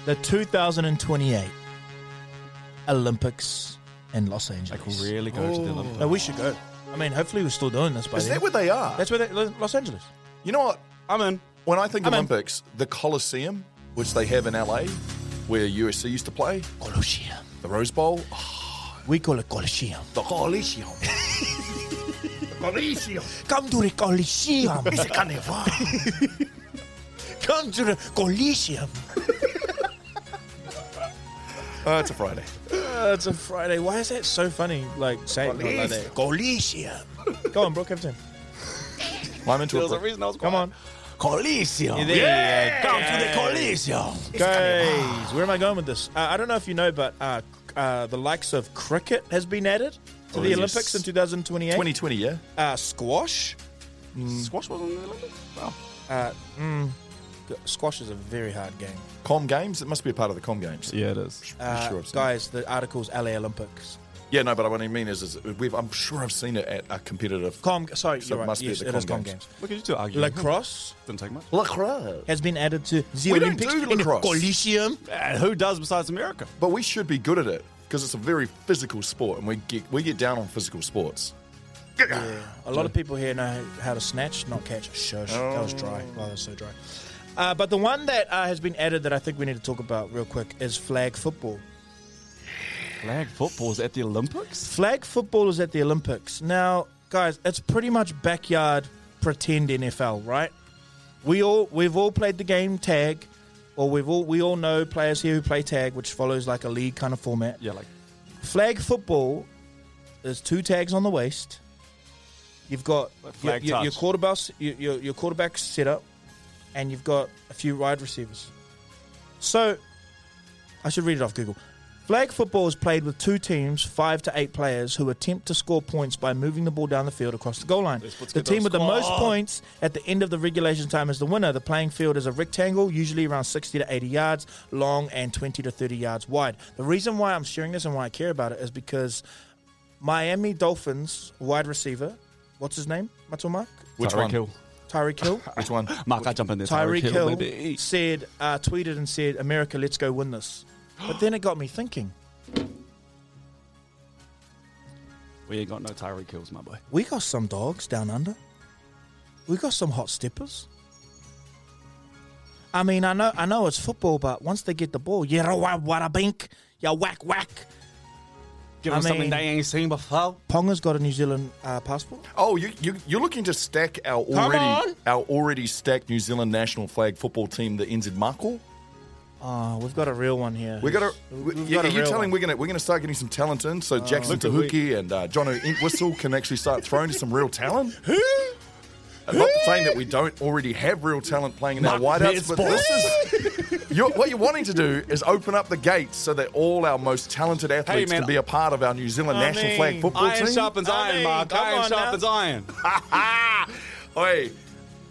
S5: The 2028 Olympics in Los Angeles.
S4: Really go to the Olympics.
S5: No, we should go. I mean, hopefully we're still doing this by
S3: Is
S5: then.
S3: that where they are?
S5: That's where they, Los Angeles.
S3: you know what?
S4: I'm in.
S3: When I think
S5: I'm in.
S3: Olympics, the Coliseum, which they have in LA, where USC used to play,
S5: Colosseum.
S3: the Rose Bowl, oh,
S5: We call it Colosseum.
S3: the Coliseum.
S5: Come to the Colosseum. It's a carnival. Come to the Colosseum.
S3: Uh, it's a Friday.
S5: Oh, it's a Friday. Why is that so funny? Like saying it like that.
S4: Coliseum.
S5: Go on, bro, Captain.
S3: I'm into
S4: There was
S3: it.
S4: a
S3: bro.
S4: reason I was
S5: Come on.
S4: Coliseum.
S5: there you
S4: yeah. Come to the Coliseum.
S5: Guys, where am I going with this? Uh, I don't know if you know, but uh, uh, the likes of cricket has been added to the
S3: yes.
S5: Olympics in 2028.
S3: 2020, yeah?
S5: Uh, squash.
S3: Mm. Squash wasn't in the Olympics? Wow.
S5: G- Squash is a very hard game.
S3: Com Games? It must be a part of the Com Games.
S4: Yeah, it is.
S5: Uh,
S3: I'm sure I've seen it.
S5: guys, the article's LA Olympics.
S3: Yeah, no, but what I mean is, is we've, I'm sure I've seen it at a competitive.
S5: Com, sorry,
S3: So
S5: you're
S3: it
S5: right.
S3: must be
S5: Yes,
S3: the
S5: it is
S3: Com
S5: Com
S3: Games.
S5: Games.
S4: Look at you two arguing.
S5: Lacrosse
S4: Didn't take much.
S3: Lacrosse.
S5: has been added to the
S3: We don't
S5: Olympics
S3: do
S5: in
S3: lacrosse.
S5: Coliseum.
S4: Uh, who does besides America?
S3: But we should be good at it because it's a very physical sport, and we get we get down on physical sports.
S5: A lot of people here know how to snatch, not catch. Shush, that was dry.
S3: Oh.
S5: Wow, that was so dry. Uh, but the one that uh, has been added that I think we need to talk about real quick is flag football.
S4: Flag football's at the Olympics?
S5: Flag football is at the Olympics. Now, guys, it's pretty much backyard pretend NFL, right? We all we've all played the game tag, or we've all we all know players here who play tag, which follows like a league kind of format.
S4: Yeah, like
S5: Flag football, there's two tags on the waist. You've got
S4: Like
S5: your,
S4: flag
S5: your, your
S4: touch.
S5: quarterback, your, your, your quarterback set up, and you've got a few wide receivers. So, I should read it off Google. Flag football is played with two teams, five to eight players, who attempt to score points by moving the ball down the field across the goal line.
S4: put
S5: The
S4: together
S5: team
S4: a
S5: with the most
S4: squad.
S5: points at the end of the regulation time is the winner. The playing field is a rectangle, usually around 60 to 80 yards long and 20 to 30 yards wide. The reason why I'm sharing this and why I care about it is because Miami Dolphins wide receiver, what's his name? Matumak?
S3: Which
S4: Tyreek
S3: one?
S4: Hill.
S5: Tyreek Hill?
S3: Which one?
S4: Mark, I jump in there.
S5: Tyreek Hill
S4: baby.
S5: said, uh, tweeted and said, America, let's go win this. But then it got me thinking.
S4: We ain't got no Tyreek Hills, my boy.
S5: We got some dogs down under. We got some hot steppers. I mean, I know, I know it's football, but once they get the ball, yeah, wada wada bink, yeah, whack whack.
S4: Give
S5: I
S4: them something
S5: mean-
S4: they ain't seen before.
S5: Ponga's got a New Zealand uh, passport.
S3: Oh, you, you you're looking to stack our already
S5: on.
S3: our already stacked New Zealand national flag football team, the NZ Markle.
S5: Oh, we've got a real one here.
S3: We're gonna.
S5: We've
S3: we-
S5: got
S3: yeah,
S5: a
S3: you're
S5: real
S3: telling
S5: one. Oh,
S3: we're gonna we're gonna start getting some talent in, so Jackson
S4: Look at
S3: Tahuki and uh, Jono Entwistle can actually start throwing some real talent. I'm not saying that we don't already have real talent playing in our
S4: Mark
S3: wideouts, but
S4: Mears,
S3: this is you're, what you're wanting to do is open up the gates so that all our most talented athletes
S4: man,
S3: can be a part of our New Zealand
S5: I
S3: national
S5: mean,
S3: flag football
S4: Iron
S3: team.
S4: sharpens
S5: I
S4: iron,
S5: mean,
S4: Mark.
S5: come
S4: Iron
S5: on now.
S4: sharpens iron.
S3: Oi,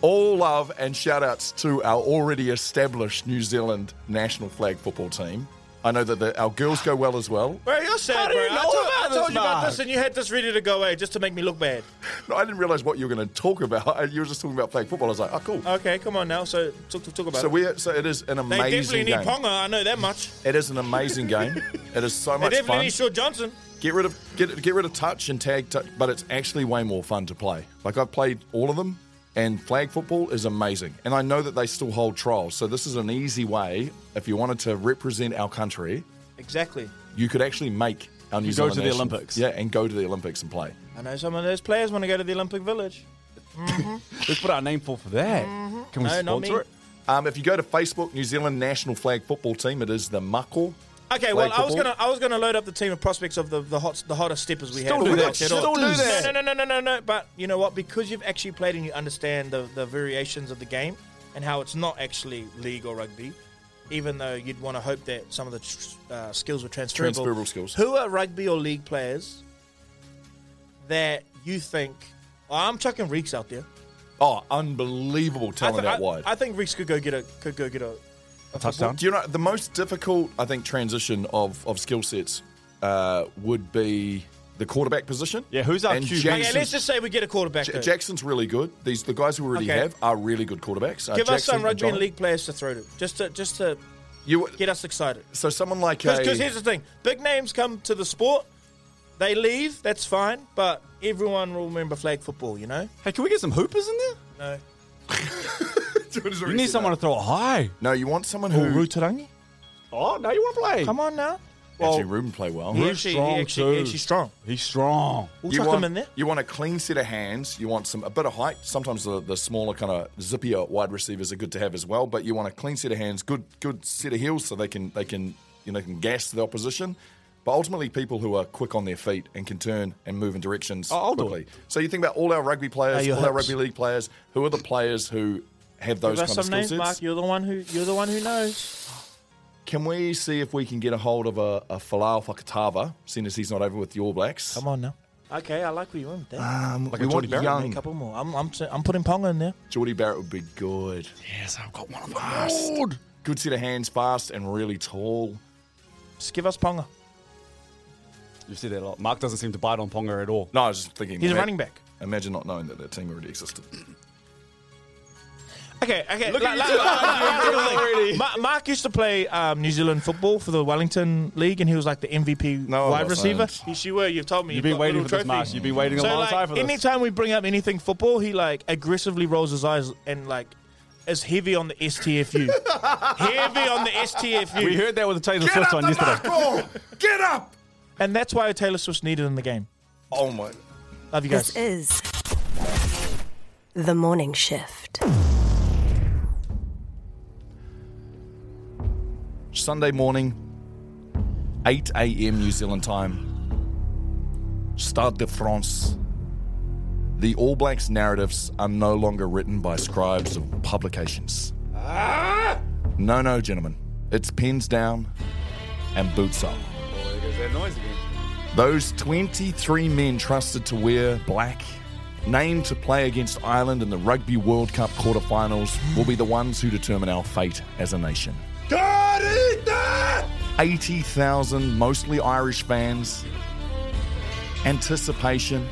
S3: all love and shout outs to our already established New Zealand national flag football team. I know that the, our girls go well as well.
S5: Bro, you're sad,
S4: How do
S5: bro.
S4: you
S5: I
S4: know
S5: told,
S4: about
S5: I
S4: this,
S5: told you about
S4: Mark?
S5: this, and you had this ready to go away just to make me look bad.
S3: No, I didn't realize what you were going to talk about. You were just talking about flag football. I was like, oh, cool.
S5: Okay, come on now. So talk, talk, talk about
S3: so
S5: it.
S3: we so it is an
S5: they definitely
S3: amazing
S5: need
S3: game.
S5: Ponga. I know that much.
S3: It is an amazing game. It is so
S5: They
S3: much
S5: definitely
S3: fun.
S5: need Shaw Johnson.
S3: Get rid of get get rid of touch and tag touch, but it's actually way more fun to play. Like I've played all of them, and flag football is amazing. And I know that they still hold trials, so this is an easy way if you wanted to represent our country,
S5: Exactly.
S3: you could actually make our New
S4: You go
S3: Zealand
S4: to the
S3: national-
S4: Olympics.
S3: Yeah, and go to the Olympics and play.
S5: I know some of those players want to go to the Olympic Village.
S4: Let's put our name forward for that. Can we
S5: No, not
S4: sponsor
S5: me.
S4: it?
S3: Um, if you go to Facebook, New Zealand National Flag Football Team, it is the Mako.
S5: Okay,
S3: Flag
S5: well, I was
S3: football.
S5: gonna, I was gonna load up the team of prospects of the the hot, the hottest steppers we
S4: Still
S5: had.
S4: do
S5: We're
S4: that.
S5: not set
S4: Still
S5: on.
S4: do that.
S5: No, no, no, no, no, no. But you know what? Because you've actually played and you understand the the variations of the game and how it's not actually league or rugby, even though you'd want to hope that some of the tr- uh, skills were transferable.
S3: Transferable skills.
S5: Who are rugby or league players that you think? "Oh, I'm chucking Reeks out there.
S3: Oh, unbelievable talent
S5: I,
S3: out
S5: thi-
S3: wide.
S5: I, I think Reeks could go get a could go get a, a touchdown.
S3: Do you know the most difficult? I think transition of of skill sets uh, would be the quarterback position.
S4: Yeah, who's our
S3: and
S4: QB?
S5: Okay, let's just say we get a quarterback.
S3: J-
S5: though.
S3: Jackson's really good. These the guys who we already
S5: Okay.
S3: have are really good quarterbacks. Uh,
S5: Give us
S3: Jackson
S5: some rugby and
S3: John.
S5: league players to throw to, just to just to
S3: You,
S5: get us excited.
S3: so someone like a,
S5: Because here's the thing: big names come to the sport, they leave. That's fine, but everyone will remember flag football. You know?
S4: Hey, can we get some hoopers in there?
S5: No.
S4: You need someone to throw a high.
S3: No, you want someone who
S5: Rutarangi?
S4: Oh, now you want to play?
S5: Come on now.
S3: actually room play well.
S5: He
S4: He's
S5: actually,
S4: strong
S5: he actually, he
S4: too.
S5: actually strong.
S4: He's strong.
S5: We'll
S3: you
S5: chuck
S3: want,
S5: him in there.
S3: You want a clean set of hands. You want some a bit of height. Sometimes the, the smaller kind of zippier wide receivers are good to have as well. But you want a clean set of hands, good good set of heels, so they can they can you know can gas the opposition. But ultimately, people who are quick on their feet and can turn and move in directions
S4: Oh, I'll do
S3: quickly. So you think about all our rugby
S5: Are
S3: players,
S5: your
S3: all our
S5: hips.
S3: rugby league players. Who are the players who have those
S5: Give us
S3: kind of
S5: some
S3: skill
S5: names,
S3: sets?
S5: Mark. You're the one who you're the one who knows.
S3: Can we see if we can get a hold of a, a Falau Fakatava, seeing as he's not over with the All Blacks?
S5: Come on now. Okay, I like where you went with that.
S3: Um,
S5: Like
S3: we
S5: a
S3: want
S5: Jordy Barrett,
S3: young.
S5: mate, A couple more. I'm, I'm, I'm putting Ponga in there.
S3: Geordie Barrett would be good. Yes, I've got one of fast. Good set of hands, fast and really tall.
S5: Just give us Ponga.
S4: You've said that a lot. Mark doesn't seem to bite on Ponga at all.
S3: No, I was just thinking.
S5: He's a
S3: ima-
S5: running back.
S3: Imagine not knowing that that team already existed.
S5: Okay, okay.
S4: Look
S5: la-
S4: at
S5: la-
S4: you two.
S5: la- la- la- la- la-
S4: Already.
S5: Ma- Mark used to play um, New Zealand football for the Wellington League, and he was like the MVP
S3: No, I'm
S5: wide
S3: not
S5: receiver.
S3: saying.
S5: Yes, you were. You've told me.
S4: You've been
S5: got
S4: waiting
S5: little
S4: for this, Mark.
S5: trophies.
S4: You've been waiting a
S5: So
S4: long time
S5: like,
S4: for this.
S5: anytime we bring up anything football, he like aggressively rolls his eyes and like is heavy on the STFU. heavy on the STFU.
S4: we heard that with the Taylor Swift one yesterday.
S3: Get up!
S5: and that's why Taylor Swift's needed in the game.
S3: Oh my!
S5: Love you guys.
S6: This is The Morning Shift.
S3: Sunday morning, 8 a.m. New Zealand time. Stade de France. The All Blacks narratives are no longer written by scribes of publications. No, no, gentlemen. It's pens down and boots up. Those 23 men trusted to wear black, named to play against Ireland in the Rugby World Cup quarterfinals, will be the ones who determine our fate as a nation. 80,000 mostly Irish fans. Anticipation.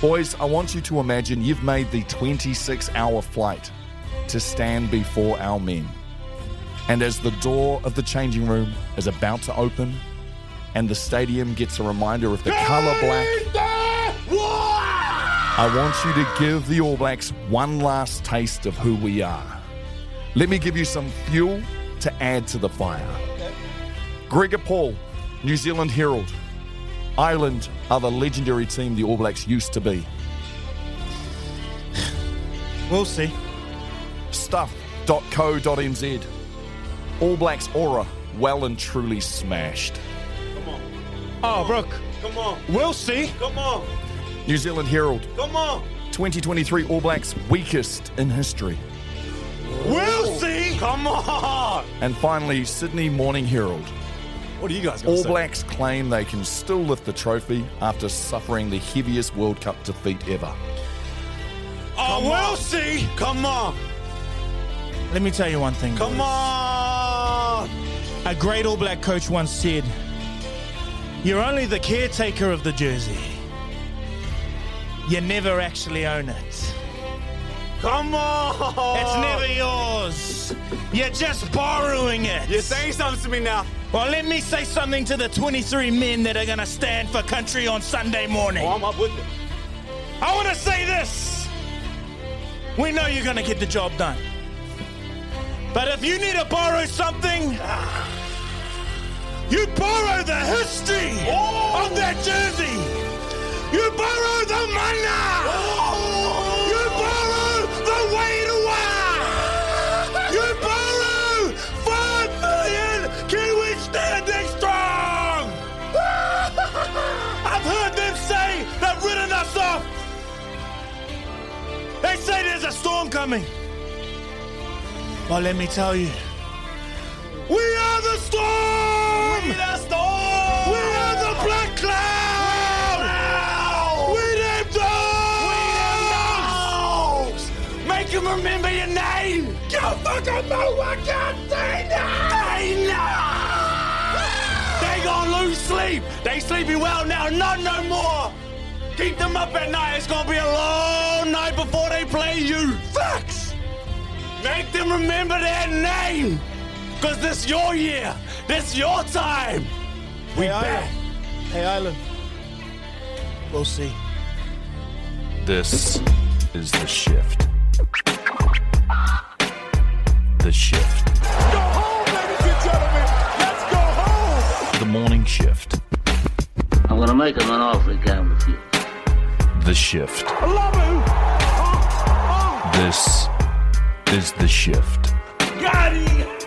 S3: Boys, I want you to imagine you've made the 26 hour flight to stand before our men. And as the door of the changing room is about to open, and the stadium gets a reminder of the colour black, I want you to give the All Blacks one last taste of who we are. Let me give you some fuel to add to the fire. Gregor Paul, New Zealand Herald. Ireland are the legendary team the All Blacks used to be.
S5: We'll see.
S3: Stuff.co.nz. All Blacks aura well and truly smashed.
S5: Oh, Brooke. Come on. We'll see.
S3: New Zealand Herald. Come on. 2023 All Blacks weakest in history.
S5: We'll see. Come on.
S3: And finally, Sydney Morning Herald.
S4: What are you guys going to
S3: All
S4: say?
S3: Blacks claim they can still lift the trophy after suffering the heaviest World Cup defeat ever.
S5: Oh, we'll see. Come on. Let me tell you one thing. Come on. A great All Black coach once said, You're only the caretaker of the jersey. You never actually own it. Come on. It's never yours. You're just borrowing it.
S4: You're saying something to me now.
S5: Well, let me say something to the 23 men that are going to stand for country on Sunday morning.
S4: Oh, I'm up with it.
S5: I want to say this. We know you're going to get the job done. But if you need to borrow something, you borrow the history
S4: Oh.
S5: of that jersey. You borrow the mana.
S4: Oh.
S5: You borrow the Wairua. You borrow 5 million Kiwis standing strong. I've heard them say they've written us off. They say there's a storm coming. Well, let me tell you, we are the storm. We the storm. We are the black cloud. We them dogs. We them dogs. Make them remember your name. You fucking know I can't say They know. They gonna lose sleep. They sleeping well now. Not no more. Keep them up at night. It's gonna be a long night before they play you. Facts. Make them remember their name. Because this your year. This your time. We back. Hey, Island. We'll see.
S1: This is the shift. The shift. Go home, ladies and gentlemen. Let's go home. The morning shift.
S10: I'm gonna make him an offer again with you.
S1: The shift. I love
S4: Uh,
S1: you. This is the shift.
S5: Got it.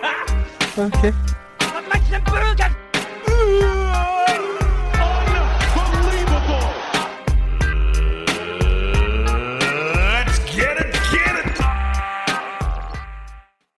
S1: Okay.